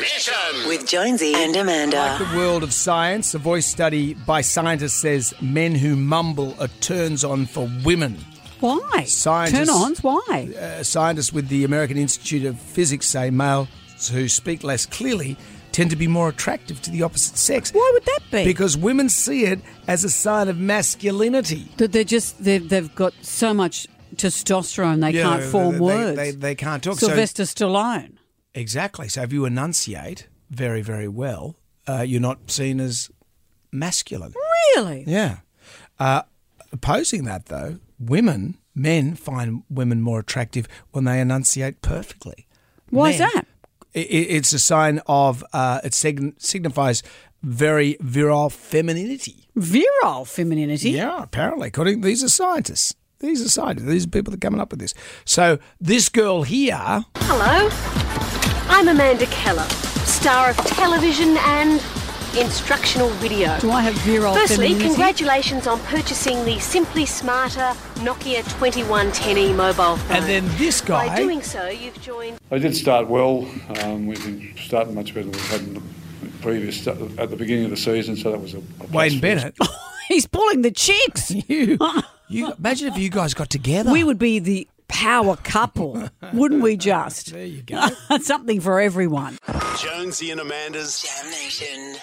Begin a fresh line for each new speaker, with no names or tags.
Mission.
with Jonesy and Amanda.
The world of science, a voice study by scientists says men who mumble are turns on for women.
Why?
Scientists-
Turn ons, why?
Uh, scientists with the American Institute of Physics say males who speak less clearly tend to be more attractive to the opposite sex.
Why would that be?
Because women see it as a sign of masculinity.
That they're just, they've, they've got so much testosterone they
Yeah,
can't form
they-
words.
They, they can't talk. So-
Sylvester Stallone.
exactly. So if you enunciate very, very well, uh, you're not seen as masculine.
Really?
Yeah. Uh, opposing that, though, women, men find women more attractive when they enunciate perfectly.
Why is
Men-
that?
I- i- it's a sign of, uh, it sign- signifies very virile femininity.
Virile femininity.
Yeah, apparently. According, these are scientists. These are scientists. These are people that are coming up with this. So this girl here,
Hello, I'm Amanda Keller, star of television and instructional video.
Do I have virile
Firstly,
femininity?
congratulations on purchasing the Simply Smarter Nokia 2110e mobile phone.
and then this
By
guy.
doing so, you've joined.
They did start well. Um, we've been starting much better than we had in the previous at the beginning of the season, so that was a, a plus for
Wayne
us.
Bennett,
He's pulling the chicks.
you, you imagine if you guys got together.
We would be the power couple, wouldn't we just? There you go. Something for everyone.
Jonesy and Amanda's
Damnation.